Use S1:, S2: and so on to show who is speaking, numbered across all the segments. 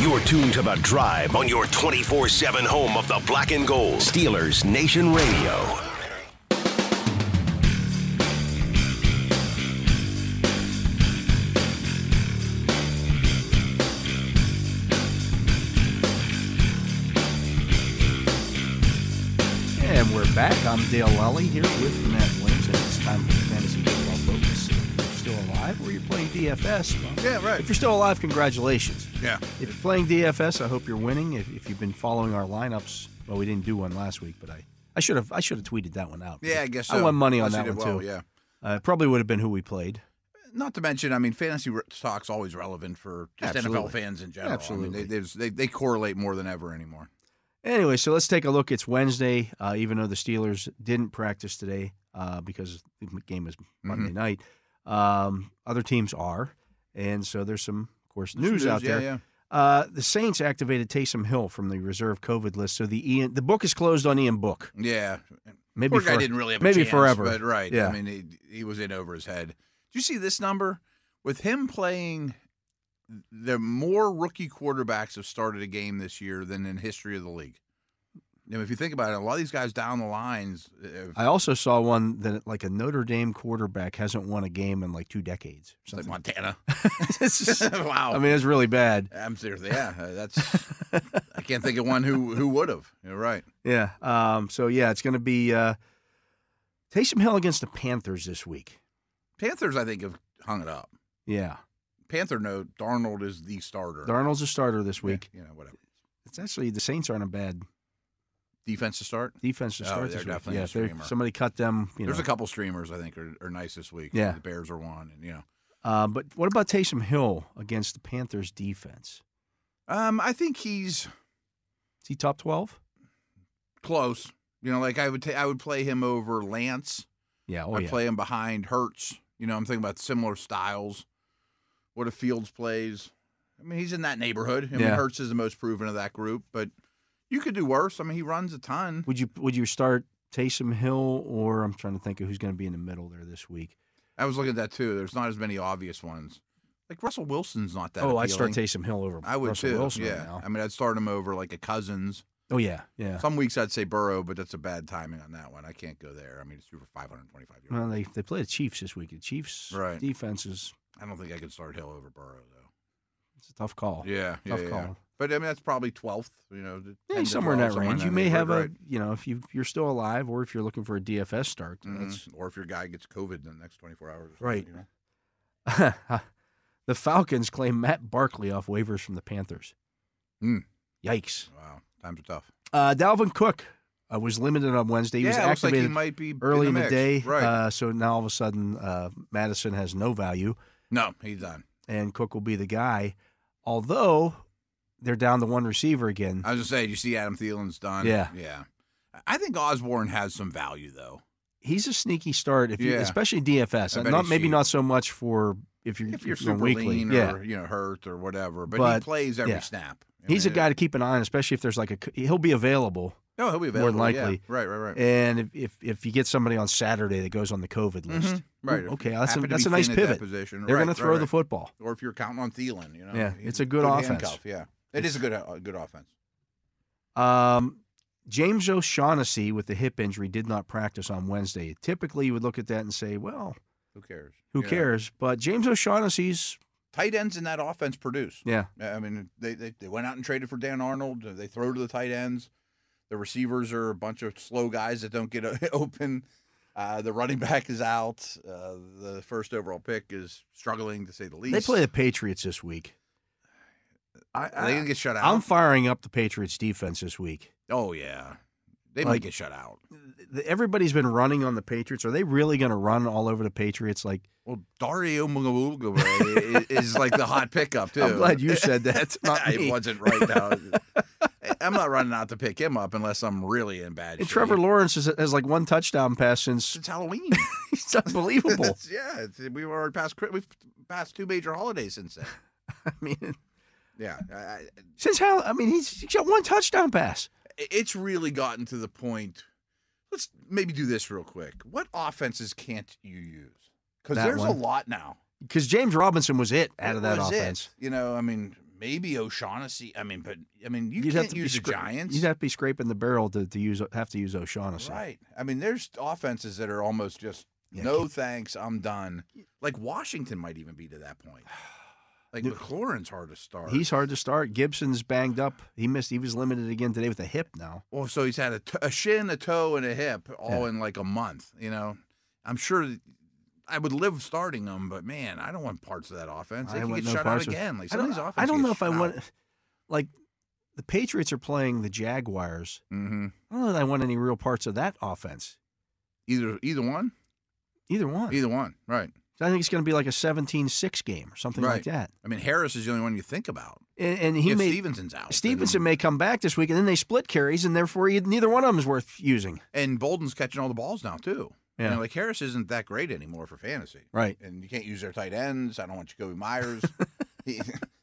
S1: You're tuned to The Drive on your 24 7 home of the black and gold. Steelers Nation Radio.
S2: And we're back. I'm Dale Lally here with Matt Lynch, and it's time for the Fantasy Football Focus. If you're still alive, or you're playing DFS, well,
S3: Yeah, right.
S2: if you're still alive, congratulations.
S3: Yeah.
S2: If you're playing DFS, I hope you're winning. If, if you've been following our lineups, well, we didn't do one last week, but I, I should have I should have tweeted that one out.
S3: Yeah, I guess so.
S2: I won money on
S3: Unless
S2: that
S3: you
S2: one
S3: did well,
S2: too.
S3: Yeah.
S2: Uh, it probably would have been who we played.
S3: Not to mention, I mean, fantasy re- talk's always relevant for just NFL
S2: Absolutely.
S3: fans in general. I
S2: Absolutely.
S3: mean, they, they, just- they, they correlate more than ever anymore.
S2: Anyway, so let's take a look. It's Wednesday, uh, even though the Steelers didn't practice today uh, because the game is Monday
S3: Mm-hmm.
S2: night. Um, other teams are, and so there's some, of course, news, out
S3: yeah,
S2: there.
S3: Yeah.
S2: Uh, the Saints activated Taysom Hill from the reserve COVID list, so the Ian, the book is closed on Ian Book.
S3: Yeah.
S2: Maybe
S3: Poor guy
S2: for-
S3: didn't really have a
S2: maybe
S3: chance,
S2: forever.
S3: But right.
S2: Yeah.
S3: I mean, he, he was in over his head. Do you see this number? With him playing, the more rookie quarterbacks have started a game this year than in history of the league. Now, if you think about it, a lot of these guys down the lines. uh, Have,
S2: I also saw one that like a Notre Dame quarterback hasn't won a game in like two decades. or
S3: like
S2: something.
S3: Montana.
S2: It's just-
S3: wow.
S2: I mean, it's really bad.
S3: I'm serious. Yeah, uh, that's. I can't think of one who who would have. You're right.
S2: Yeah. Um, so yeah, it's going to be uh, Taysom Hill against the Panthers this week.
S3: Panthers, I think, have hung it up.
S2: Yeah,
S3: Panther note: Darnold is the starter.
S2: Darnold's a starter this
S3: Yeah,
S2: week.
S3: you know, whatever.
S2: It's actually the Saints aren't a bad
S3: Defense to start.
S2: defense to
S3: Oh,
S2: start
S3: they're
S2: this
S3: definitely
S2: week.
S3: a
S2: Yeah, if they're-
S3: streamer.
S2: somebody cut them. You
S3: There's
S2: know.
S3: a couple streamers I think are, are nice this week.
S2: Yeah.
S3: the Bears are one, and you know,
S2: Uh, but what about Taysom Hill against the Panthers defense?
S3: um, I think he's
S2: Is he top twelve?
S3: close. You know, like I would ta- I would play him over Lance.
S2: Yeah. Oh
S3: I
S2: yeah.
S3: play him behind Hertz. You know, I'm thinking about similar styles. What if Fields plays? I mean, he's in that neighborhood. I mean,
S2: Yeah.
S3: Hertz is the most proven of that group, but you could do worse. I mean, he runs a ton.
S2: Would you Would you start Taysom Hill or I'm trying to think of who's going to be in the middle there this week?
S3: I was looking at that too. There's not as many obvious ones. Like Russell Wilson's not that.
S2: oh, I'd start
S3: appealing.
S2: Taysom Hill over
S3: I would
S2: Russell
S3: too.
S2: Wilson right
S3: yeah.
S2: now.
S3: I mean, I'd start him over like a Cousins.
S2: Oh yeah. Yeah.
S3: Some weeks I'd say Burrow, but that's a bad timing on that one. I can't go there. I mean, it's over 525 yards.
S2: Well, they they play the Chiefs this week. The Chiefs
S3: Right.
S2: defense is
S3: I don't think I could start Hill over Burrow though.
S2: it's a tough call.
S3: Yeah, yeah,
S2: Oh, tough
S3: yeah.
S2: call.
S3: But I mean, that's probably 12th. You know,
S2: Yeah,
S3: 10 to
S2: somewhere in
S3: 12,
S2: that range. You
S3: in
S2: may have
S3: neighborhood,
S2: a
S3: right?
S2: you know if you you're still alive or if you're looking for a DFS start.
S3: Mhm. Or if your guy gets COVID in the next 24 hours. Or something,
S2: Right.
S3: You know? Mm-hmm.
S2: That's the Falcons claim Matt Barkley off waivers from the Panthers.
S3: Hmm.
S2: Yikes!
S3: Wow. Times are tough.
S2: Uh, Dalvin Cook uh, was limited on Wednesday. He was
S3: yeah, it looks like
S2: activated
S3: he might be
S2: early in the,
S3: mix.
S2: day,
S3: Right.
S2: uh, so now all of a sudden uh, Madison has no value,
S3: no, he's done.
S2: and Cook will be the guy. Although they're down to one receiver again.
S3: I was just saying, you see Adam Thielen's done.
S2: Yeah.
S3: Yeah. I think Osborne has some value, though.
S2: he's a sneaky start if you,
S3: Yeah.
S2: especially DFS.
S3: I bet
S2: Not
S3: he's
S2: maybe
S3: cheap.
S2: not so much for if you're
S3: If you're
S2: doing
S3: super
S2: weekly.
S3: lean
S2: yeah,
S3: or, you know, hurt or whatever. But, he
S2: But,
S3: plays every
S2: yeah.
S3: snap. I
S2: he's a
S3: mean,
S2: guy to keep an eye on, especially if there's like a c- he'll be available.
S3: No, he'll be
S2: more
S3: available.
S2: than
S3: yeah.
S2: likely.
S3: Right, right, right.
S2: And if, if if you get somebody on Saturday that goes on the COVID list,
S3: Mhm. Right.
S2: Ooh, okay, that's a,
S3: Happen to
S2: that's
S3: be
S2: a nice
S3: thin at that
S2: pivot.
S3: Position.
S2: They're
S3: right,
S2: going to
S3: right,
S2: throw
S3: right.
S2: the football.
S3: or if you're counting on Thielen, you know.
S2: Yeah,
S3: he's
S2: it's a good offense.
S3: handcuff, Yeah, it is a good a good offense.
S2: Um, James O'Shaughnessy with the hip injury did not practice on Wednesday. Typically, you would look at that and say, "Well,
S3: Who cares?
S2: who
S3: Yeah.
S2: cares?" But James O'Shaughnessy's
S3: Tight ends in that offense produce.
S2: yeah,
S3: I mean, they, they they went out and traded for Dan Arnold. They throw to the tight ends. The receivers are a bunch of slow guys that don't get open. Uh, the running back is out. Uh, the first overall pick is struggling to say the least.
S2: they play the Patriots this week. I,
S3: Are they
S2: I,
S3: gonna get shut out.
S2: I'm firing up the Patriots defense this week.
S3: oh yeah, they might
S2: Like-
S3: get shut out.
S2: th- everybody's been running on the Patriots. Are they really going to run all over the Patriots? Like,
S3: Well, Dario Mugabuga is like the hot pickup too.
S2: I'm glad you said that. Not
S3: it
S2: me.
S3: wasn't right now. I'm not running out to pick him up unless I'm really in bad
S2: And
S3: shape.
S2: Trevor Lawrence has, has like one touchdown pass since.
S3: it's Halloween.
S2: It's unbelievable.
S3: It's- yeah, it's, we've already passed. Chri- We've passed two major holidays since then.
S2: I mean,
S3: Yeah, I, I,
S2: since how? I mean, he's, he's got one touchdown pass.
S3: it's really gotten to the point. Let's maybe do this real quick. What offenses can't you use? Because
S2: That
S3: there's a
S2: one.
S3: lot now.
S2: Because James Robinson was it out of
S3: That
S2: that
S3: was it.
S2: offense.
S3: You know, I mean, maybe O'Shaughnessy. I mean, but I mean, you
S2: You'd
S3: can't
S2: have to be
S3: use the
S2: scra-
S3: Giants,
S2: You'd have to be scraping the barrel to, to use have to use O'Shaughnessy.
S3: right? I mean, there's offenses that are almost just
S2: Yeah,
S3: no thanks. I'm done. Like Washington might even be to that point. Like
S2: No.
S3: McLaurin's hard to start.
S2: He's hard to start. Gibson's banged up. He missed. He was limited again today with a hip. Now
S3: Well, Oh, so he's had a, t- a shin, a toe, and a hip all in like a month. You know, I'm sure th- I would live starting him, but man, I don't want parts of that offense.
S2: I
S3: They can
S2: want
S3: get
S2: no
S3: shut out
S2: parts of-
S3: again.
S2: I
S3: Like some of
S2: don't,
S3: these offenses.
S2: I don't know if I want. Like the Patriots are playing the Jaguars.
S3: hmm
S2: I don't know that I want any real parts of that offense.
S3: Either either one,
S2: Either one.
S3: either one, right?
S2: So I think it's going to be like a 17-6 game or something like
S3: Right.
S2: that.
S3: I mean, Harris is the only one you think about.
S2: And, and he
S3: if
S2: may
S3: Stevenson's out.
S2: Stevenson may come back this week, and then they split carries, and therefore you, neither one of them is worth using.
S3: and, and Bolden's catching all the balls now too. You
S2: Yeah.
S3: know, like Harris isn't that great anymore for fantasy,
S2: Right.
S3: and you can't use their tight ends. I don't want Jacoby Myers. he,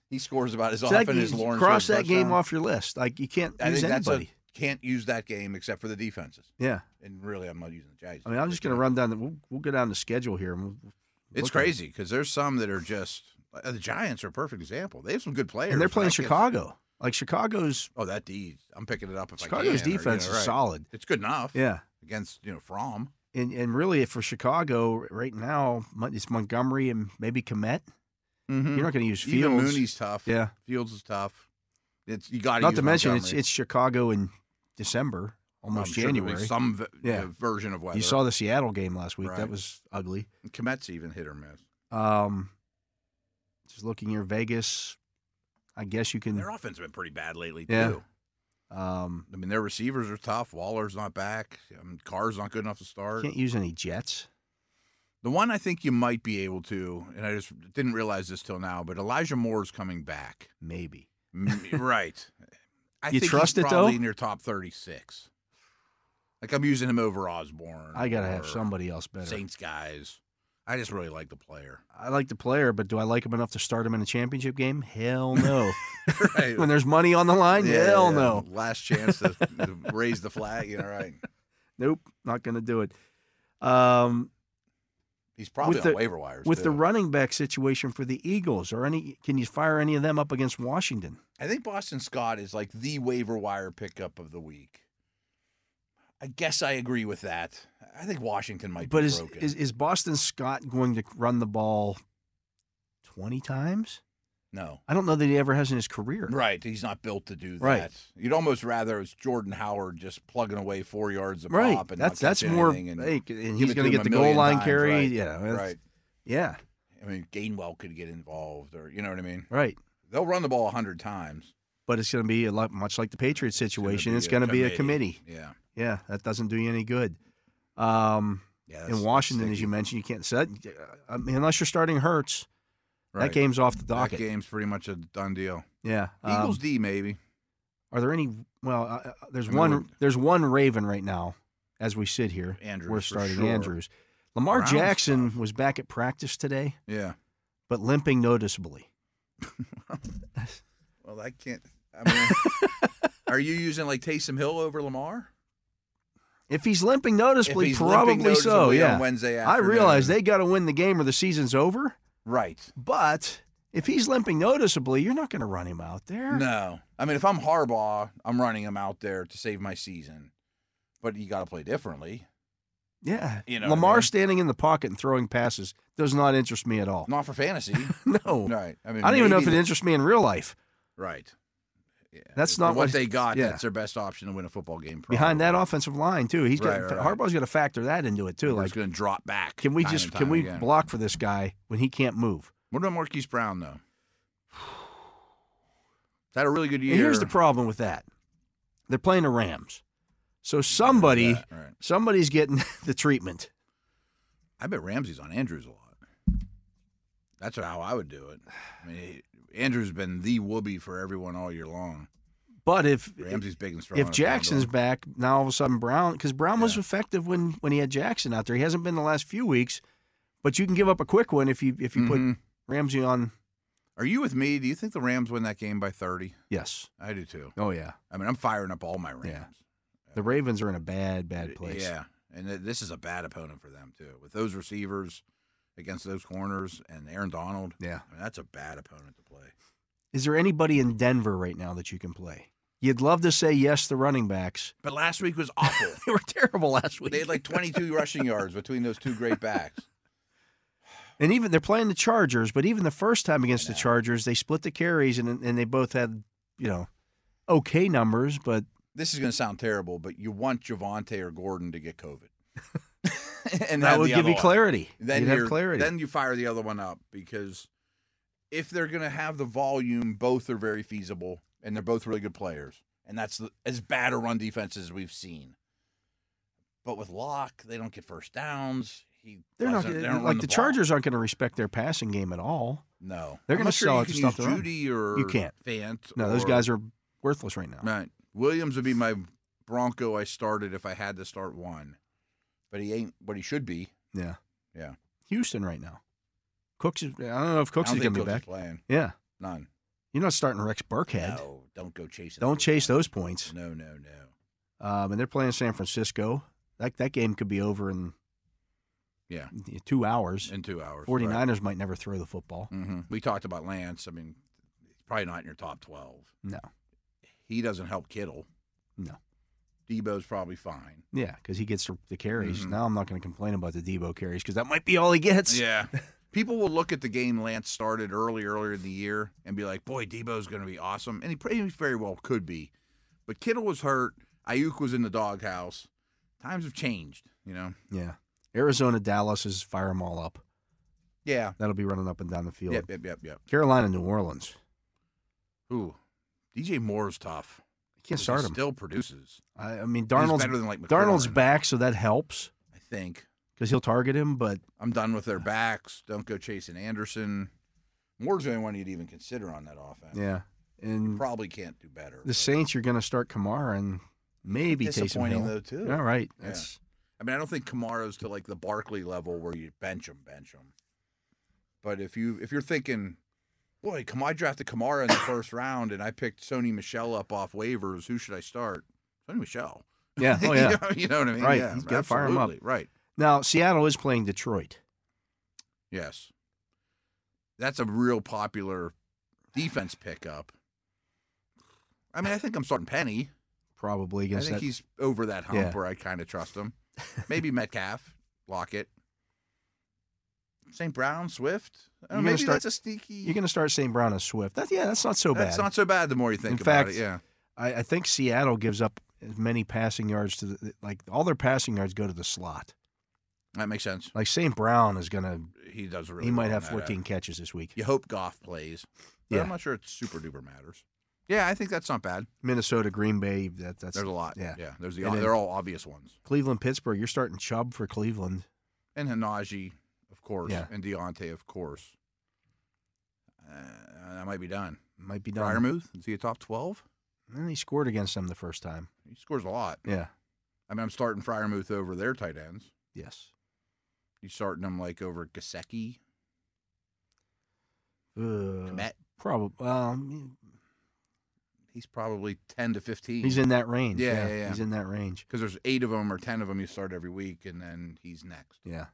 S3: he scores about as
S2: So that-
S3: often as
S2: you
S3: Lawrence.
S2: cross
S3: does
S2: that game
S3: touchdowns.
S2: off your list. Like you can't
S3: I
S2: use
S3: think
S2: anybody.
S3: that's a, can't use that game except for the defenses.
S2: yeah.
S3: And really, I'm not using the Jags.
S2: I mean, I'm just going to run down. The, we'll, we'll go down the schedule here. And, we'll, look
S3: It's
S2: at it.
S3: crazy because there's some that are just uh, the Giants are a perfect example. They have some good players,
S2: and they're
S3: but
S2: playing
S3: I can't-
S2: Chicago. Like Chicago's
S3: Oh, that D. I'm picking it up. If I
S2: Chicago's
S3: can, or, you
S2: defense
S3: know,
S2: is
S3: right.
S2: solid.
S3: It's good enough.
S2: Yeah.
S3: Against you know Fromm.
S2: And and really for Chicago right now, Mon- it's Montgomery and maybe Komet.
S3: Mm-hmm.
S2: You're not going to use
S3: Even
S2: Fields.
S3: Mooney's tough.
S2: yeah.
S3: Fields is tough. It's you got
S2: Not to mention it's it's Chicago in December, almost January.
S3: some v-
S2: Yeah.
S3: uh, version of weather.
S2: you saw the Seattle game last week. That
S3: Right.
S2: was ugly.
S3: Komet's even hit or miss.
S2: Um, just looking here, Vegas. I guess you can.
S3: Their offense has been pretty bad lately
S2: Mm. Yeah.
S3: too.
S2: Um,
S3: I mean, their receivers are tough. Waller's not back. I mean, Carr's not good enough to start.
S2: can't use any Jets.
S3: The one I think you might be able to, and I just didn't realize this till now, but Elijah Moore's coming back.
S2: Maybe
S3: M- right. I
S2: You
S3: think
S2: trust
S3: he's
S2: it, though?
S3: probably in your top 36. Like, I'm using him over Osborne.
S2: I gotta
S3: or
S2: have somebody else better.
S3: Saints guys. I just really like the player.
S2: I like the player, but do I like him enough to start him in a championship game? Hell no.
S3: right.
S2: when there's money on the line, hell
S3: yeah.
S2: no.
S3: Last chance to, to raise the flag. You know, right?
S2: Nope, not gonna do it. Um,
S3: He's probably
S2: With
S3: on
S2: the-
S3: waiver wires.
S2: with the
S3: too.
S2: running back situation for the Eagles, or any, can you fire any of them up against Washington?
S3: I think Boston Scott is like the waiver wire pickup of the week. I guess I agree with that. I think Washington might
S2: But
S3: be
S2: is,
S3: broken.
S2: is is Boston Scott going to run the ball twenty times?
S3: no.
S2: I don't know that he ever has in his career.
S3: Right. He's not built to do that.
S2: Right.
S3: You'd almost rather it's Jordan Howard just plugging away four yards a
S2: Right.
S3: pop and not
S2: that's that's
S3: catch
S2: more.
S3: anything And,
S2: hey, c- and he's
S3: give
S2: going
S3: it to
S2: to
S3: him
S2: get
S3: a
S2: the
S3: million
S2: goal line
S3: times,
S2: carry.
S3: right.
S2: Yeah. that's-
S3: right.
S2: Yeah.
S3: I mean, Gainwell could get involved or, you know what I mean?
S2: Right.
S3: They'll run the ball 100 times.
S2: But it's going to be a lot, much like the Patriots situation.
S3: It's
S2: It's
S3: gonna
S2: going to
S3: be
S2: be
S3: a
S2: a committee.
S3: Yeah.
S2: Yeah. That doesn't do you any good. Um,
S3: Yeah. that's-
S2: in
S3: that's
S2: Washington, as
S3: sticky.
S2: you mentioned, you can't. So that, I mean, unless you're starting Hurts,
S3: Right.
S2: that game's off the
S3: That
S2: docket.
S3: game's pretty much a done deal.
S2: Yeah. um,
S3: Eagles D, maybe.
S2: Are there any? Well, uh, uh, there's
S3: I mean,
S2: one.
S3: we're-
S2: There's one Raven right now, as we sit here.
S3: Andrews.
S2: We're
S3: for
S2: starting
S3: sure.
S2: Andrews. Lamar
S3: Brown's
S2: Jackson
S3: tough.
S2: was back at practice today,
S3: Yeah.
S2: but limping noticeably.
S3: Well, I can't. I mean, are you using like Taysom Hill over Lamar?
S2: If he's limping
S3: If
S2: noticeably,
S3: he's
S2: probably
S3: limping
S2: so.
S3: noticeably
S2: Yeah.
S3: On Wednesday
S2: I
S3: afternoon.
S2: realize they got to win the game or the season's over,
S3: Right.
S2: but if he's limping noticeably, you're not going to run him out there.
S3: No. I mean, if I'm Harbaugh, I'm running him out there to save my season. But you got to play differently.
S2: Yeah.
S3: You know what I
S2: Lamar
S3: mean?
S2: standing in the pocket and throwing passes does not interest me at all.
S3: Not for fantasy.
S2: No.
S3: right. I mean,
S2: I don't even know if
S3: maybe
S2: it interests me in real life.
S3: the- Right. Yeah.
S2: That's
S3: if-
S2: not
S3: what,
S2: what-
S3: they got.
S2: yeah.
S3: That's their best option to win a football game.
S2: Behind that
S3: probably.
S2: offensive line too, he's
S3: Right,
S2: got,
S3: right, right.
S2: Harbaugh's got to factor that into it too.
S3: They're
S2: Like,
S3: just going to drop back.
S2: can we
S3: time
S2: just
S3: and
S2: can
S3: time
S2: we
S3: again.
S2: block for this guy when he can't move?
S3: What about Marquise Brown though? Had a really good year.
S2: And here's the problem with that: they're playing the Rams, so somebody
S3: All right.
S2: somebody's getting the treatment.
S3: I bet Ramsey's on Andrews a lot. That's how I would do it. I mean, Andrews has been the whoopee for everyone all year long.
S2: But if
S3: Ramsey's big and strong.
S2: if
S3: on the
S2: Jackson's
S3: field.
S2: back now, all of a sudden Brown because Brown was
S3: Yeah.
S2: effective when when he had Jackson out there. He hasn't been the last few weeks, but you can give up a quick one if you if you
S3: Mhm.
S2: put Ramsey on.
S3: are you with me? Do you think the Rams win that game by thirty?
S2: Yes.
S3: I do too.
S2: Oh yeah.
S3: I mean, I'm firing up all my Rams.
S2: Yeah. The Ravens are in a bad bad place.
S3: Yeah, and th- this is a bad opponent for them too, with those receivers against those corners and Aaron Donald.
S2: Yeah.
S3: I mean, that's a bad opponent to play.
S2: Is there anybody in Denver right now that you can play? You'd love to say yes, the running backs.
S3: But last week was awful.
S2: They were terrible last week.
S3: they had like 22 rushing yards between those two great backs.
S2: and even they're playing the Chargers, but even the first time against the Chargers, they split the carries and and they both had, you know, okay numbers, but
S3: This is going to sound terrible, but you want Javante or Gordon to get COVID. and
S2: that
S3: have
S2: would
S3: the
S2: give
S3: other
S2: you
S3: one.
S2: clarity.
S3: Then
S2: You'd have
S3: you're-
S2: clarity.
S3: Then you fire the other one up because if they're going to have the volume, both are very feasible and they're both really good players. And that's the, as bad a run defense as we've seen. But with Locke, they don't get first downs. He
S2: they're not
S3: doesn't-
S2: gonna,
S3: they don't run
S2: like the,
S3: ball.
S2: Chargers aren't going to respect their passing game at all.
S3: No,
S2: They're
S3: I'm
S2: gonna
S3: not sure
S2: sell
S3: you
S2: it to
S3: can
S2: stuff
S3: use
S2: their own.
S3: Judy or
S2: You can't.
S3: Fant.
S2: No, those
S3: or-
S2: guys are worthless right now.
S3: Right. Williams would be my Bronco I started if I had to start one, but he ain't what he should be.
S2: Yeah.
S3: Yeah.
S2: Houston right now. Cooks. Is, I don't know if Cooks
S3: I
S2: is
S3: don't
S2: going
S3: think
S2: to be
S3: Cooks
S2: back.
S3: is playing
S2: Yeah.
S3: none.
S2: You're not starting Rex Burkhead.
S3: No, don't go chasing.
S2: Don't
S3: those
S2: chase
S3: down.
S2: those points.
S3: No, no, no.
S2: Um, and they're playing San Francisco. That that game could be over in
S3: Yeah,
S2: two hours.
S3: in two hours.
S2: 49ers might never throw the football.
S3: hmm We talked about Lance. I mean, he's probably not in your top twelve.
S2: No.
S3: He doesn't help Kittle.
S2: No.
S3: Debo's probably fine.
S2: Yeah, because he gets the- the carries.
S3: Mhm.
S2: Now I'm not going to complain about the Debo carries because that might be all he gets.
S3: Yeah. People will look at the game Lance started early, earlier in the year and be like, boy, Debo's going to be awesome. And he pretty very well could be. But Kittle was hurt. Ayuk was in the doghouse. Times have changed, you know?
S2: Yeah. Arizona, Dallas is fire them all up.
S3: Yeah.
S2: That'll be running up and down the field.
S3: Yep, yep, yep, yep.
S2: Carolina, New Orleans.
S3: Ooh. DJ Moore's tough.
S2: You can't
S3: He
S2: start him.
S3: Still produces.
S2: I, I mean,
S3: He's
S2: Darnold's,
S3: better than like
S2: Darnold's
S3: McLaurin,
S2: back, so that helps
S3: I think.
S2: because he'll target him, but
S3: I'm done with their backs. Don't go chasing Anderson. Moore's the only one you'd even consider on that offense.
S2: yeah. And
S3: Probably can't do better.
S2: the Saints, you're going to start Kamara and maybe Taysom
S3: disappointing
S2: Hill.
S3: though too.
S2: All right.
S3: Yeah.
S2: That's,
S3: I mean, I don't think Kamara's to like the Barkley level where you bench him, bench him. But if you if you're thinking, boy, Kam- I drafted Kamara in the first round and I picked Sony Michelle up off waivers, who should I start? Sony Michelle.
S2: yeah. Oh, yeah.
S3: you, know, you know what I mean?
S2: Right.
S3: Yeah,
S2: He's gotta fire him up.
S3: absolutely. Right.
S2: Now, Seattle is playing Detroit.
S3: Yes. That's a real popular defense pickup. I mean, I think I'm starting Penny.
S2: Probably
S3: I
S2: against
S3: think
S2: that.
S3: he's over that hump
S2: Yeah.
S3: where I kind of trust him. Maybe Metcalf, Lockett, St. Brown, Swift. I
S2: You're
S3: don't
S2: gonna
S3: know, maybe
S2: start-
S3: that's a sneaky.
S2: You're going to start St. Brown and Swift. That, yeah, that's not so bad.
S3: That's not so bad. The more you think
S2: In
S3: about
S2: fact-
S3: it, yeah.
S2: I, I think Seattle gives up as many passing yards to the like all their passing yards go to the slot.
S3: That makes sense.
S2: Like St. Brown is gonna
S3: He does really.
S2: he might
S3: well in
S2: have
S3: that
S2: 14
S3: effort.
S2: catches this week.
S3: You hope Goff plays. But
S2: Yeah.
S3: I'm not sure it super duper matters. Yeah, I think that's not bad.
S2: Minnesota, Green Bay, that that's
S3: There's a lot.
S2: yeah.
S3: yeah. There's the
S2: And then-
S3: they're all obvious ones.
S2: Cleveland, Pittsburgh. You're starting Chubb for Cleveland.
S3: And Hanaji, of course,
S2: Yeah.
S3: and Deontay, of course. Uh, that might be done.
S2: Might be done.
S3: Fryermuth, is he a top twelve?
S2: And he scored against them the first time.
S3: He scores a lot.
S2: Yeah.
S3: I mean, I'm starting Fryermuth over their tight ends.
S2: Yes.
S3: You starting them like over Gasecki,
S2: Uh,
S3: Met.
S2: probably. Um,
S3: He's probably 10 to 15.
S2: he's in that range.
S3: Yeah, yeah, yeah.
S2: He's in that range.
S3: because there's eight of them or 10 of them you start every week, and then he's next.
S2: Yeah.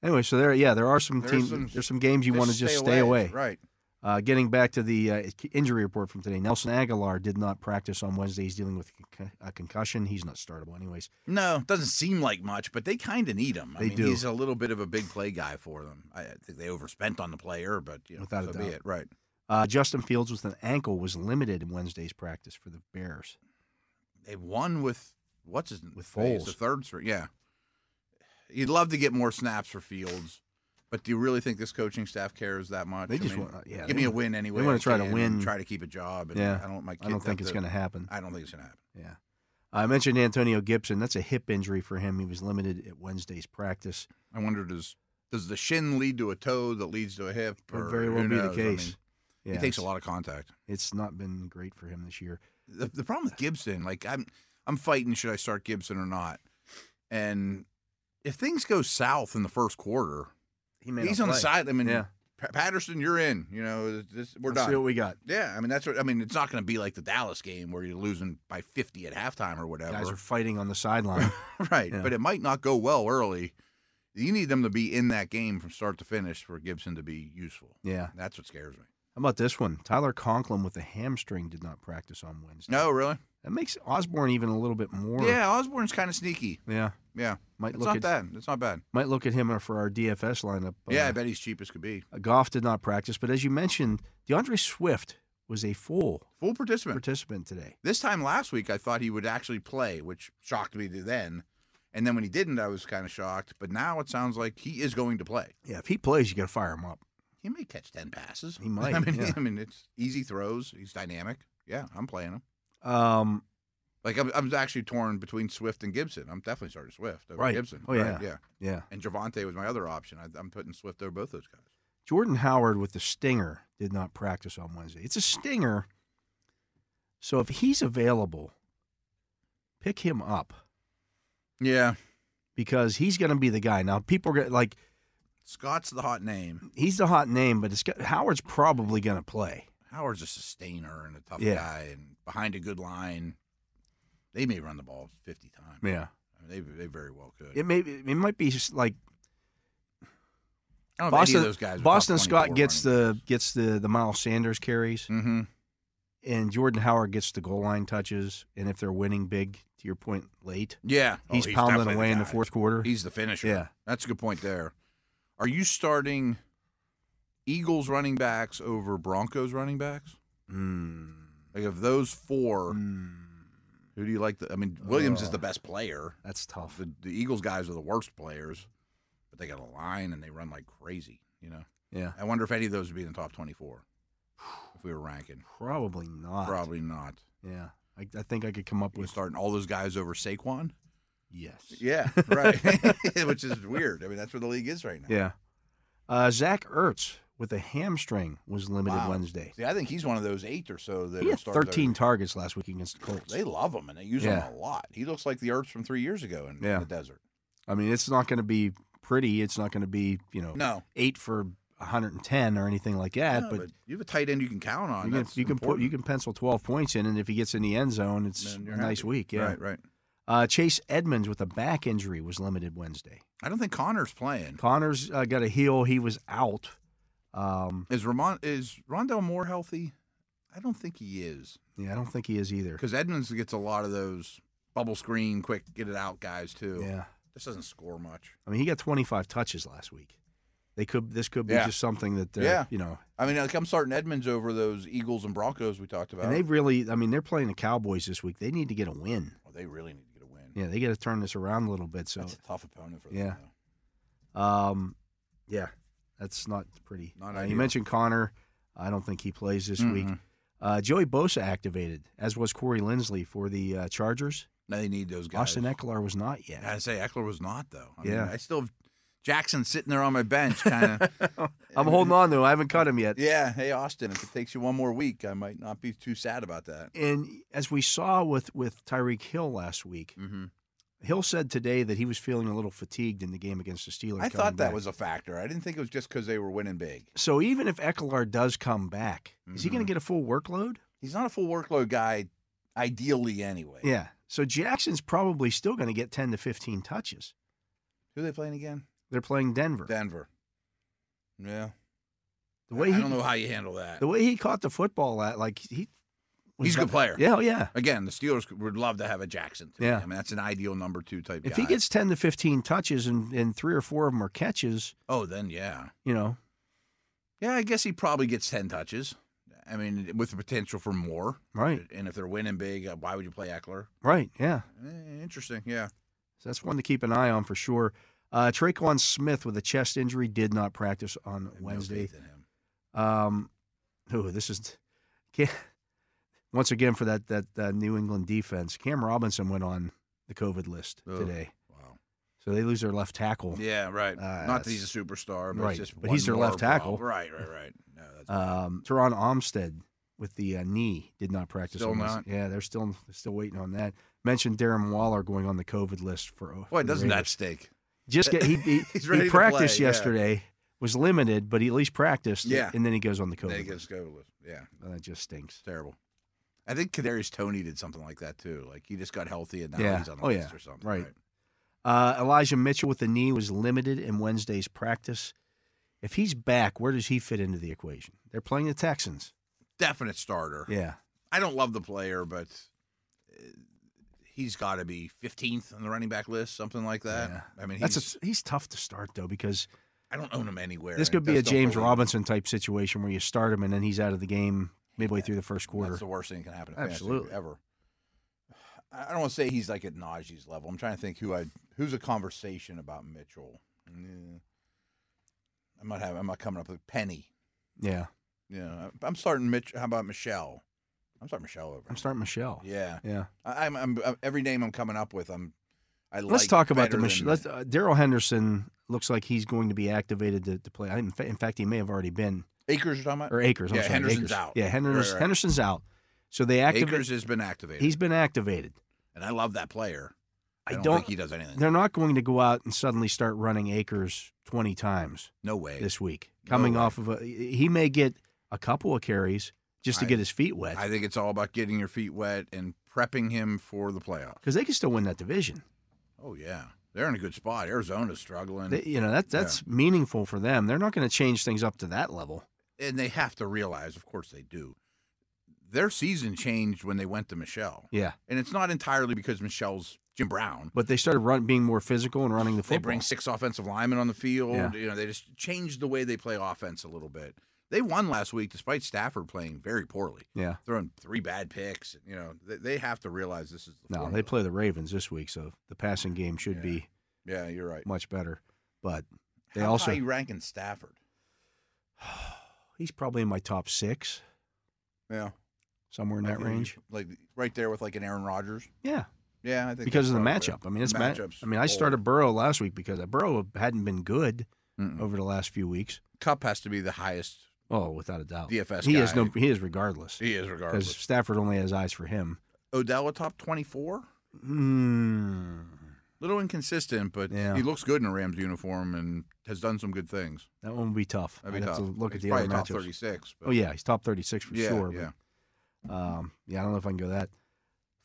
S2: Anyway, so there. Yeah, there are some
S3: There's
S2: teams.
S3: some-
S2: There's some games you want to just stay away.
S3: Right.
S2: Uh, getting back to the uh, injury report from today, Nelson Aguilar did not practice on Wednesday. He's dealing with con- a concussion. He's not startable, anyways.
S3: No, doesn't seem like much, but they kind of need him. I
S2: They
S3: mean,
S2: do.
S3: He's a little bit of a big play guy for them. I I think they overspent on the player, but you know,
S2: Without a
S3: so
S2: doubt.
S3: be it. Right.
S2: Uh, Justin Fields with an ankle was limited in Wednesday's practice for the Bears.
S3: They won with what's his
S2: With
S3: face,
S2: Foles.
S3: the third string. Yeah, you'd love to get more snaps for Fields, but do you really think this coaching staff cares that much?
S2: They
S3: I
S2: just
S3: mean,
S2: want- uh, yeah,
S3: give
S2: they
S3: me a
S2: want-
S3: win anyway.
S2: wanna
S3: I
S2: try to
S3: can,
S2: win.
S3: and try to keep a job. And
S2: Yeah,
S3: I don't want my. Kid
S2: I don't think
S3: to-
S2: it's going to happen.
S3: I don't think it's gonna happen.
S2: Yeah. I mentioned Antonio Gibson. That's a hip injury for him. He was limited at Wednesday's practice.
S3: I wonder does does the shin lead to a toe that leads to a hip?
S2: Could
S3: or
S2: very well
S3: who
S2: be the
S3: knows? I mean,
S2: case.
S3: he takes a
S2: it's-
S3: lot of contact.
S2: It's not been great for him this year.
S3: the, the problem with Gibson, like I'm I'm fighting should I start Gibson or not. And if things go south in the first quarter,
S2: He may
S3: he's
S2: not
S3: on the
S2: play.
S3: side. I mean,
S2: Yeah.
S3: Pa- Patterson, you're in. You know, this, we're
S2: Let's See what
S3: done.
S2: we got.
S3: yeah, I mean that's what I mean. It's not going to be like the Dallas game where you're losing by 50 at halftime or whatever,
S2: Guys are fighting on the sideline.
S3: right?
S2: yeah.
S3: But it might not go well early. You need them to be in that game from start to finish for Gibson to be useful.
S2: yeah.
S3: That's what scares me.
S2: How about this one? Tyler Conklin with a hamstring did not practice on Wednesday.
S3: No, really?
S2: That makes Osborne even a little bit Oh, more.
S3: Yeah, Osborne's kind of sneaky.
S2: Yeah.
S3: Yeah.
S2: Might
S3: It's
S2: look
S3: not
S2: at
S3: bad. It's not bad.
S2: might look at him for our DFS lineup.
S3: yeah, I bet he's cheap as could be.
S2: Uh, Goff did not practice, but as you mentioned, DeAndre Swift was a full
S3: Full participant.
S2: participant today.
S3: This time last week, I thought he would actually play, which shocked me to then. And then when he didn't, I was kind of shocked. But now it sounds like he is going to play.
S2: Yeah, if he plays, you got to fire him up.
S3: He may catch 10 passes.
S2: He might,
S3: I mean,
S2: yeah.
S3: I mean it's easy throws. He's dynamic. Yeah, I'm playing him.
S2: Um,
S3: Like, I'm, I'm actually torn between Swift and Gibson. I'm definitely starting Swift over
S2: Right.
S3: Gibson.
S2: Oh,
S3: Right,
S2: yeah.
S3: Yeah.
S2: yeah.
S3: And Javante was my other option. I, I'm putting Swift over both those guys.
S2: Jordan Howard with the stinger did not practice on Wednesday. It's a stinger. So if he's available, pick him up
S3: Yeah.
S2: because he's going to be the guy. Now, people are going to like,
S3: Scott's the hot name.
S2: he's the hot name, but it's got, Howard's probably going to play.
S3: Howard's a sustainer and a tough
S2: Yeah.
S3: guy, and behind a good line, they may run the ball fifty times.
S2: Yeah.
S3: I mean, they they very well could.
S2: It may it might be just like
S3: I don't know if
S2: Boston
S3: any of those guys.
S2: Boston Scott gets the gets the the Miles Sanders carries
S3: Mm-hmm.
S2: and Jordan Howard gets the goal line touches and if they're winning big to your point late
S3: Yeah, Oh,
S2: he's, pounding
S3: definitely
S2: away in the
S3: guy.
S2: fourth quarter.
S3: He's the finisher.
S2: Yeah.
S3: that's a good point there. Are you starting Eagles running backs over Broncos running backs?
S2: Mm.
S3: Like of those four,
S2: Mm.
S3: who do you like? The, I mean, Williams is
S2: Oh.
S3: the best player.
S2: That's tough.
S3: The, the Eagles guys are the worst players, but they got a line and they run like crazy. You know.
S2: Yeah.
S3: I wonder if any of those would be in the top 24 if we were ranking.
S2: Probably not.
S3: Probably not.
S2: Yeah. I, I think I could come up
S3: We're
S2: with
S3: starting all those guys over Saquon.
S2: yes.
S3: Yeah, right. Which is weird. I mean, that's where the league is right now.
S2: Yeah. Uh, Zach Ertz with a hamstring was limited
S3: Wow.
S2: Wednesday.
S3: See, I think he's one of those eight or so that
S2: He had
S3: start their-
S2: 13 targets last week against the Colts.
S3: They love him and they use
S2: Yeah.
S3: him a lot. He looks like the Earths from three years ago in, in
S2: Yeah.
S3: the desert.
S2: I mean, it's not going to be pretty. It's not going to be, you know,
S3: No,
S2: eight for 110 or anything like that.
S3: No,
S2: but,
S3: you have a tight end you can count on.
S2: you can,
S3: That's
S2: you can put you
S3: important.
S2: can pencil 12 points in, and if he gets in the end zone, it's a
S3: Then you're
S2: nice
S3: happy.
S2: week. Yeah.
S3: Right, right.
S2: Uh, Chase Edmonds with a back injury was limited Wednesday.
S3: I don't think Connor's playing.
S2: Connor's uh, got a heel. He was out. Um,
S3: Is Ramon is Rondell Moore healthy? I don't think he is.
S2: yeah, I don't think he is either.
S3: because Edmonds gets a lot of those bubble screen, quick get it out guys too.
S2: Yeah.
S3: This doesn't score much.
S2: I mean, he got 25 touches last week. They could. This could be
S3: Yeah.
S2: just something that they're,
S3: Yeah.
S2: you know,
S3: I mean, like I'm starting Edmonds over those Eagles and Broncos we talked about.
S2: and they really. I mean, they're playing the Cowboys this week. They need to get a win.
S3: Oh, they really need to get a win.
S2: Yeah, they got to turn this around a little bit. So
S3: That's a tough opponent for them.
S2: Yeah.
S3: though.
S2: Um, yeah, that's not pretty.
S3: Not
S2: uh, you
S3: ideal.
S2: mentioned Connor. I don't think he plays this week.
S3: Mhm.
S2: Uh, Joey Bosa activated, as was Corey Lindsley for the uh, Chargers.
S3: Now they need those guys.
S2: Austin Eckler was not yet.
S3: I say Eckler was not though. I
S2: Yeah.
S3: mean, I still have Jackson sitting there on my bench, kind of.
S2: I'm holding on to him. I haven't cut him yet.
S3: yeah. Hey, Austin, if it takes you one more week, I might not be too sad about that.
S2: And as we saw with with Tyreek Hill last week,
S3: Mm-hmm.
S2: Hill said today that he was feeling a little fatigued in the game against the Steelers.
S3: I
S2: coming
S3: thought that
S2: back.
S3: was a factor. I didn't think it was just because they were winning big.
S2: So even if Eckler does come back, is he going to
S3: Mhm.
S2: get a full workload?
S3: He's not a full workload guy, ideally anyway.
S2: Yeah. So Jackson's probably still going to get 10 to 15 touches.
S3: Who are they playing again?
S2: They're playing Denver.
S3: Denver. Yeah.
S2: The way
S3: I
S2: he,
S3: don't know how you handle that.
S2: the way he caught the football at like he was
S3: He's a good
S2: about-
S3: player.
S2: Yeah, oh yeah.
S3: Again, the Steelers would love to have a Jackson. To me.
S2: Yeah.
S3: I mean, that's an ideal number two type
S2: If
S3: guy.
S2: he gets 10 to 15 touches and, and three or four of them are catches,
S3: Oh, then yeah.
S2: you know,
S3: Yeah, I guess he probably gets 10 touches. I mean, with the potential for more.
S2: right,
S3: And if they're winning big, uh, why would you play Eckler?
S2: right, yeah.
S3: Eh, interesting. Yeah.
S2: So that's one to keep an eye on for sure. Uh, Traquan Smith with a chest injury did not practice on
S3: I have no
S2: Wednesday.
S3: faith in him.
S2: Um, oh, this is can't, once again for that that uh, New England defense. Cam Robinson went on the COVID list
S3: Ugh.
S2: today,
S3: Wow.
S2: so they lose their left tackle.
S3: Yeah, right.
S2: Uh,
S3: Not that he's a superstar, but
S2: right.
S3: it's just
S2: But he's
S3: one
S2: their
S3: more
S2: left tackle.
S3: problem. Right, right, right. No, that's
S2: Um, Teron Armstead with the uh, knee did not practice.
S3: Still
S2: on this.
S3: not.
S2: Yeah, they're still still waiting on that. Mentioned Darren Waller going on the COVID list for. uh, for
S3: Boy,
S2: the
S3: doesn't that
S2: Raiders.
S3: stink?
S2: just get he he,
S3: He's
S2: he
S3: ready to
S2: practiced
S3: play, yeah.
S2: yesterday. Was limited, but he at least practiced.
S3: Yeah.
S2: and then he goes on the COVID.
S3: They get
S2: list.
S3: scoveless. Yeah.
S2: And that just stinks.
S3: It's terrible. I think Kadarius Tony did something like that too. Like he just got healthy and now
S2: Yeah.
S3: he's on the
S2: Oh,
S3: list
S2: yeah.
S3: or something.
S2: Right. Uh, Elijah Mitchell with the knee was limited in Wednesday's practice. If he's back, where does he fit into the equation? They're playing the Texans.
S3: Definite starter.
S2: Yeah.
S3: I don't love the player, but uh, he's got to be 15th on the running back list, something like that.
S2: Yeah.
S3: I mean, he's,
S2: That's a, he's tough to start though because
S3: I don't own him anywhere.
S2: this
S3: and
S2: could be a
S3: just don't
S2: James
S3: believe-
S2: Robinson type situation where you start him and then he's out of the game midway through the first quarter.
S3: That's the worst thing that can happen. To Absolutely,
S2: Absolutely.
S3: ever. I I don't want to say he's like at Najee's level. I'm trying to think who I who's a conversation about Mitchell. Mm. I'm not having. I'm not coming up with Penny.
S2: yeah,
S3: Yeah, I'm starting Mitch. How about Michelle? I'm starting Michelle over.
S2: I'm starting Michelle.
S3: Yeah,
S2: Yeah.
S3: I, I'm, I'm, i Every name I'm coming up with, I'm. I
S2: Let's
S3: like
S2: talk about the
S3: better
S2: machine.
S3: than-
S2: Let's Uh, Daryl Henderson looks like he's going to be activated to, to play. I, in, fa- in fact, he may have already been
S3: Acres. You're talking about.
S2: or Akers. I'm
S3: Yeah,
S2: sorry,
S3: Henderson's
S2: Akers.
S3: out.
S2: Yeah, Henderson,
S3: Right, right.
S2: Henderson's out. So they activate.
S3: Acres has been activated.
S2: He's been activated.
S3: and I love that player. I
S2: I
S3: don't,
S2: don't-
S3: think he does anything.
S2: They're not going to go out and suddenly start running Akers 20 times
S3: No way.
S2: this week.
S3: No
S2: Coming
S3: way.
S2: off of a, he may get a couple of carries just to
S3: I-
S2: get his feet wet
S3: I think it's all about getting your feet wet and prepping him for the playoff.
S2: because they can still win that division.
S3: Oh yeah, they're in a good spot. Arizona's struggling,
S2: They, you know that that's meaningful for them. They're not going to change things up to that level.
S3: and they have to realize, of course, they do. Their season changed when they went to Michelle,
S2: Yeah,
S3: and it's not entirely because Michelle's Jim Brown.
S2: but they started run, being more physical and running the football.
S3: They bring six offensive linemen on the field.
S2: Yeah.
S3: You know, they just changed the way they play offense a little bit. They won last week despite Stafford playing very poorly,
S2: yeah,
S3: throwing three bad picks. You know, they, they have to realize this is the
S2: no,
S3: formula.
S2: they play the Ravens this week, so the passing game should
S3: Yeah.
S2: be
S3: Yeah, you're right.
S2: much better. But they
S3: How high
S2: also
S3: you ranking Stafford?
S2: he's probably in my top six,
S3: Yeah,
S2: somewhere in
S3: I
S2: that
S3: think he's,
S2: range.
S3: like right there with like an Aaron Rodgers.
S2: Yeah,
S3: Yeah, I think
S2: because of the
S3: that's
S2: matchup.
S3: probably
S2: I mean, it's
S3: The
S2: ma-
S3: matchup's
S2: I mean, I
S3: old.
S2: started Burrow last week because uh, Burrow hadn't been good
S3: right. Mm-mm.
S2: over the last few weeks.
S3: Cup has to be the highest
S2: Oh, without a doubt,
S3: DFS.
S2: he is
S3: guy.
S2: no, he is regardless
S3: He is
S2: because
S3: regardless.
S2: Stafford only has eyes for him.
S3: Odell a top twenty-four.
S2: Mm.
S3: Little inconsistent, but
S2: Yeah.
S3: he looks good in a Rams uniform and has done some good things.
S2: That one would be tough.
S3: That'd be
S2: I'd
S3: tough.
S2: have to look
S3: He's
S2: at the
S3: probably
S2: other
S3: top
S2: matchups.
S3: thirty-six. but-
S2: Oh yeah, he's top 36 for
S3: yeah,
S2: sure.
S3: Yeah,
S2: But, um, yeah, I don't know if I can go that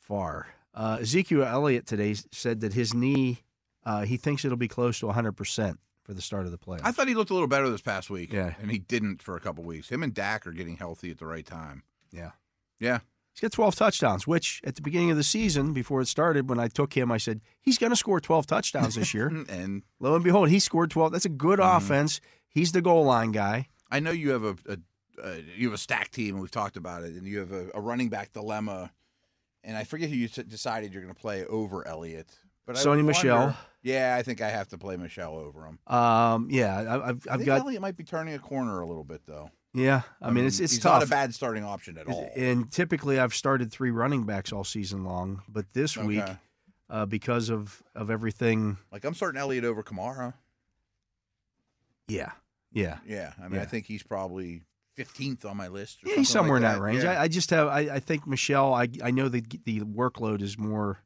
S2: far. Uh, Ezekiel Elliott today s- said that his knee, uh, he thinks it'll be close to 100 percent for the start of the playoffs.
S3: I thought he looked a little better this past week.
S2: Yeah.
S3: and he didn't for a couple weeks. Him and Dak are getting healthy at the right time.
S2: Yeah.
S3: Yeah.
S2: he's got 12 touchdowns, which at the beginning of the season, before it started, when I took him, I said he's going to score 12 touchdowns this year.
S3: Mm, And
S2: Lo and behold, he scored 12. That's a good
S3: Mhm.
S2: offense. He's the goal line guy.
S3: I know you have a, a, a you have a stack team, and we've talked about it, and you have a, a running back dilemma. And I forget who you t- decided you're going to play over Elliott, but I
S2: Sony
S3: wonder-
S2: Michelle.
S3: Yeah, I think I have to play Michelle over him.
S2: Um, yeah, I, I've,
S3: i
S2: I've
S3: think
S2: got.
S3: Elliott might be turning a corner a little bit though.
S2: Yeah, I, mean, it's it's
S3: Um, he's
S2: tough.
S3: not a bad starting option at all.
S2: And typically, I've started three running backs all season long, but this
S3: Okay.
S2: week, uh, because of of everything,
S3: Like I'm starting Elliott over Kamara.
S2: yeah, yeah,
S3: Yeah, I mean I
S2: Yeah.
S3: think he's probably 15th on my list. Or
S2: yeah, he's
S3: something
S2: somewhere
S3: like
S2: in that range.
S3: Yeah.
S2: I, I just have, I, I think Michelle, I I know that the workload is more.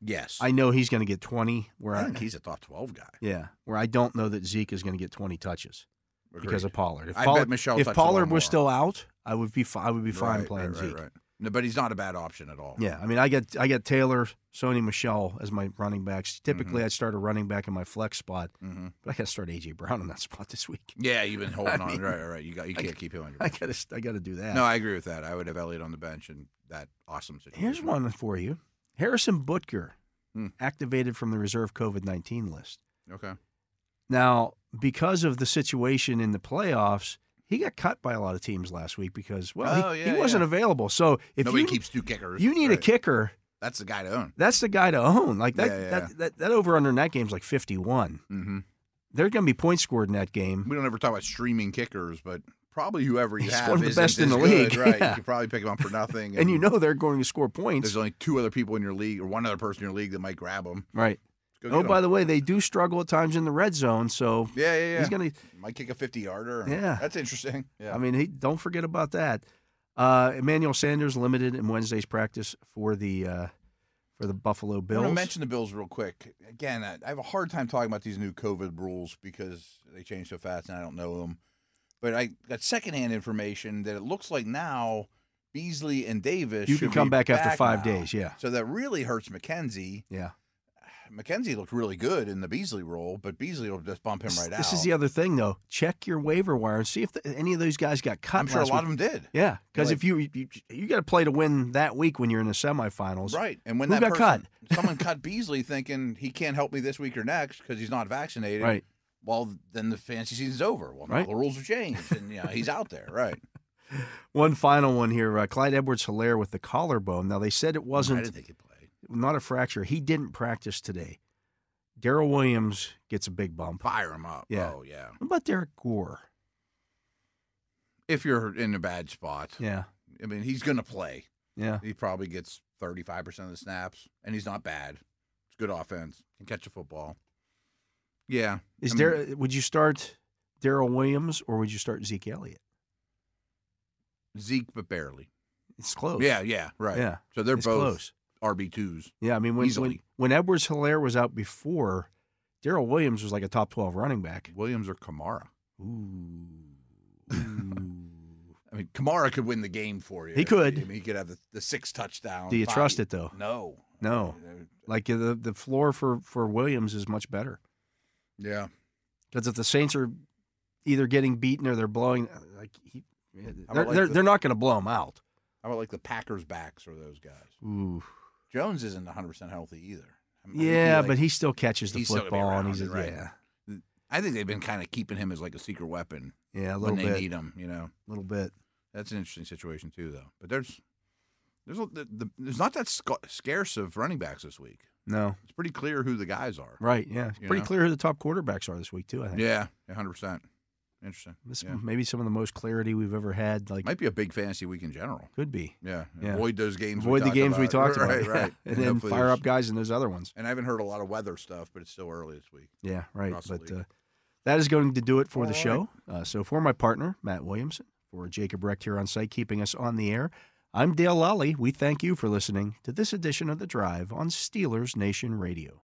S3: yes,
S2: I know he's going to get twenty, where
S3: I
S2: I,
S3: think he's a top 12 guy.
S2: yeah, where I don't know that Zeke is going to get twenty touches because
S3: Agreed.
S2: of Pollard. If
S3: I bet
S2: Pollard,
S3: Michelle
S2: if
S3: touched the ball
S2: Pollard
S3: more.
S2: was still out, I would be fi- I would be fine
S3: Right,
S2: playing
S3: right, right,
S2: Zeke.
S3: right. No, but he's not a bad option at all.
S2: Yeah, I mean, I got I got Taylor, Sony Michelle as my running backs. Typically,
S3: Mm-hmm.
S2: I'd start a running back in my flex spot,
S3: hmm
S2: but I got to start AJ Brown in that spot this week.
S3: Yeah, you've been holding
S2: I
S3: on.
S2: mean,
S3: right, right, right. You got. You can't keep him on your
S2: I
S3: bench.
S2: got to I got to do that.
S3: No, I agree with that. I would have Elliott on the bench in that awesome situation.
S2: Here's one for you: Harrison Butker,
S3: Hmm.
S2: activated from the reserve COVID nineteen list.
S3: Okay.
S2: Now, because of the situation in the playoffs, he got cut by a lot of teams last week because well, he-
S3: Oh,
S2: he,
S3: yeah,
S2: wasn't
S3: yeah.
S2: available. So if
S3: Nobody
S2: you
S3: keeps two kickers.
S2: you need a
S3: right.
S2: kicker,
S3: That's the guy to own.
S2: that's the guy to own. Like that
S3: Yeah, yeah, yeah.
S2: that, that that over under in that game's like fifty one.
S3: hmm
S2: There's going to be points scored in that game.
S3: We don't ever talk about streaming kickers, but probably whoever you
S2: He's
S3: have
S2: one of the
S3: isn't
S2: best in
S3: as
S2: the
S3: good,
S2: league,
S3: Right. You
S2: yeah.
S3: could probably pick him up for nothing.
S2: and you know they're going to score points.
S3: there's only two other people in your league, or one other person in your league that might grab him.
S2: right.
S3: Go
S2: Oh,
S3: get
S2: by
S3: him.
S2: the way, they do struggle at times in the red zone. So
S3: yeah, yeah, yeah.
S2: he's going to,
S3: might kick a 50 yarder.
S2: Yeah.
S3: that's interesting. Yeah,
S2: I mean, he, don't forget about that. Uh, Emmanuel Sanders limited in Wednesday's practice for the uh, for the Buffalo
S3: I
S2: Bills.
S3: want to mention the Bills real quick. Again, I, I have a hard time talking about these new COVID rules because they change so fast and I don't know them. But I got secondhand information that it looks like now Beasley and Davis
S2: you
S3: should
S2: can come
S3: be
S2: back after five
S3: now.
S2: days. Yeah.
S3: So that really hurts McKenzie.
S2: Yeah.
S3: McKenzie looked really good in the Beasley role, but Beasley will just bump him
S2: This-
S3: right out.
S2: this is the other thing, though. Check your waiver wire and see if the, any of those guys got cut.
S3: I'm sure a
S2: last
S3: lot
S2: week.
S3: of them did.
S2: Yeah, because
S3: Like-
S2: if you you, you got to play to win that week when you're in the semifinals,
S3: Right. And when
S2: Who
S3: that
S2: got
S3: person, someone cut Beasley thinking he can't help me this week or next because he's not vaccinated.
S2: Right.
S3: Well, then the fantasy season's over. Well, now
S2: Right.
S3: the rules have changed, and you know, he's out there. Right.
S2: One final one here. Uh, Clyde edwards hilaire with the collarbone. Now they said it
S3: I
S2: wasn't
S3: didn't think he played.
S2: not a fracture. He didn't practice today. Daryl Williams gets a big bump.
S3: Fire him up.
S2: Yeah.
S3: Oh yeah.
S2: What about Derek Gore?
S3: If you're in a bad spot,
S2: Yeah,
S3: I mean, he's going to play.
S2: yeah.
S3: He probably gets 35% of the snaps, and he's not bad. It's good offense. Can catch a football. Yeah.
S2: Is
S3: I mean-
S2: there? Would you start Daryl Williams or would you start Zeke Elliott?
S3: Zeke, but barely.
S2: It's close.
S3: Yeah, yeah, right.
S2: yeah.
S3: So they're
S2: it's
S3: both
S2: close.
S3: RB2s.
S2: Yeah, I mean when when,
S3: Easily.
S2: when Edwards Hilaire was out before, Daryl Williams was like a top twelve running back.
S3: Williams or Kamara.
S2: Ooh. Ooh.
S3: I mean, Kamara could win the game for you.
S2: He could.
S3: I mean, he could have the, the six touchdown.
S2: Do you trust it though?
S3: No.
S2: No. Like the the floor for for Williams is much better
S3: Yeah.
S2: because if the Saints are either getting beaten or they're blowing, uh, like he,
S3: about
S2: they're,
S3: like
S2: they're,
S3: the-
S2: they're not going to blow him out.
S3: How about like the Packers backs or those guys?
S2: Ooh.
S3: Jones isn't 100% healthy either. I mean, I think
S2: Yeah,
S3: he,
S2: but
S3: like-
S2: he still catches the
S3: he's still gonna be
S2: football and
S3: around,
S2: he's a,
S3: right.
S2: yeah,
S3: I think they've been kind of keeping him as like a secret weapon
S2: yeah, a
S3: when
S2: little
S3: they
S2: bit,
S3: need him, you know?
S2: little bit.
S3: That's an interesting situation too, though. But there's there's a, the, the, there's not that sc- scarce of running backs this week.
S2: No,
S3: It's pretty clear who the guys are.
S2: right? Yeah, it's
S3: You
S2: pretty
S3: know?
S2: clear who the top quarterbacks are this week too. I think.
S3: Yeah, 100. percent Interesting.
S2: This
S3: Yeah.
S2: maybe some of the most clarity we've ever had. Like
S3: Might be a big fantasy week in general.
S2: could be
S3: Yeah,
S2: Yeah.
S3: avoid those games.
S2: avoid
S3: we
S2: the
S3: talked
S2: games we
S3: about.
S2: talked about,
S3: Right,
S2: yeah,
S3: right.
S2: and then
S3: hopefully
S2: fire
S3: there's-
S2: up guys in those other ones.
S3: And I haven't heard a lot of weather stuff, but it's still early this week.
S2: Yeah, right.
S3: Russell
S2: but
S3: League.
S2: uh, that is going to do it for
S3: All
S2: the
S3: right.
S2: show. Uh, so for my partner Matt Williamson, for Jacob Recht here on site, keeping us on the air. I'm Dale Lally. We thank you for listening to this edition of the Drive on Steelers Nation Radio.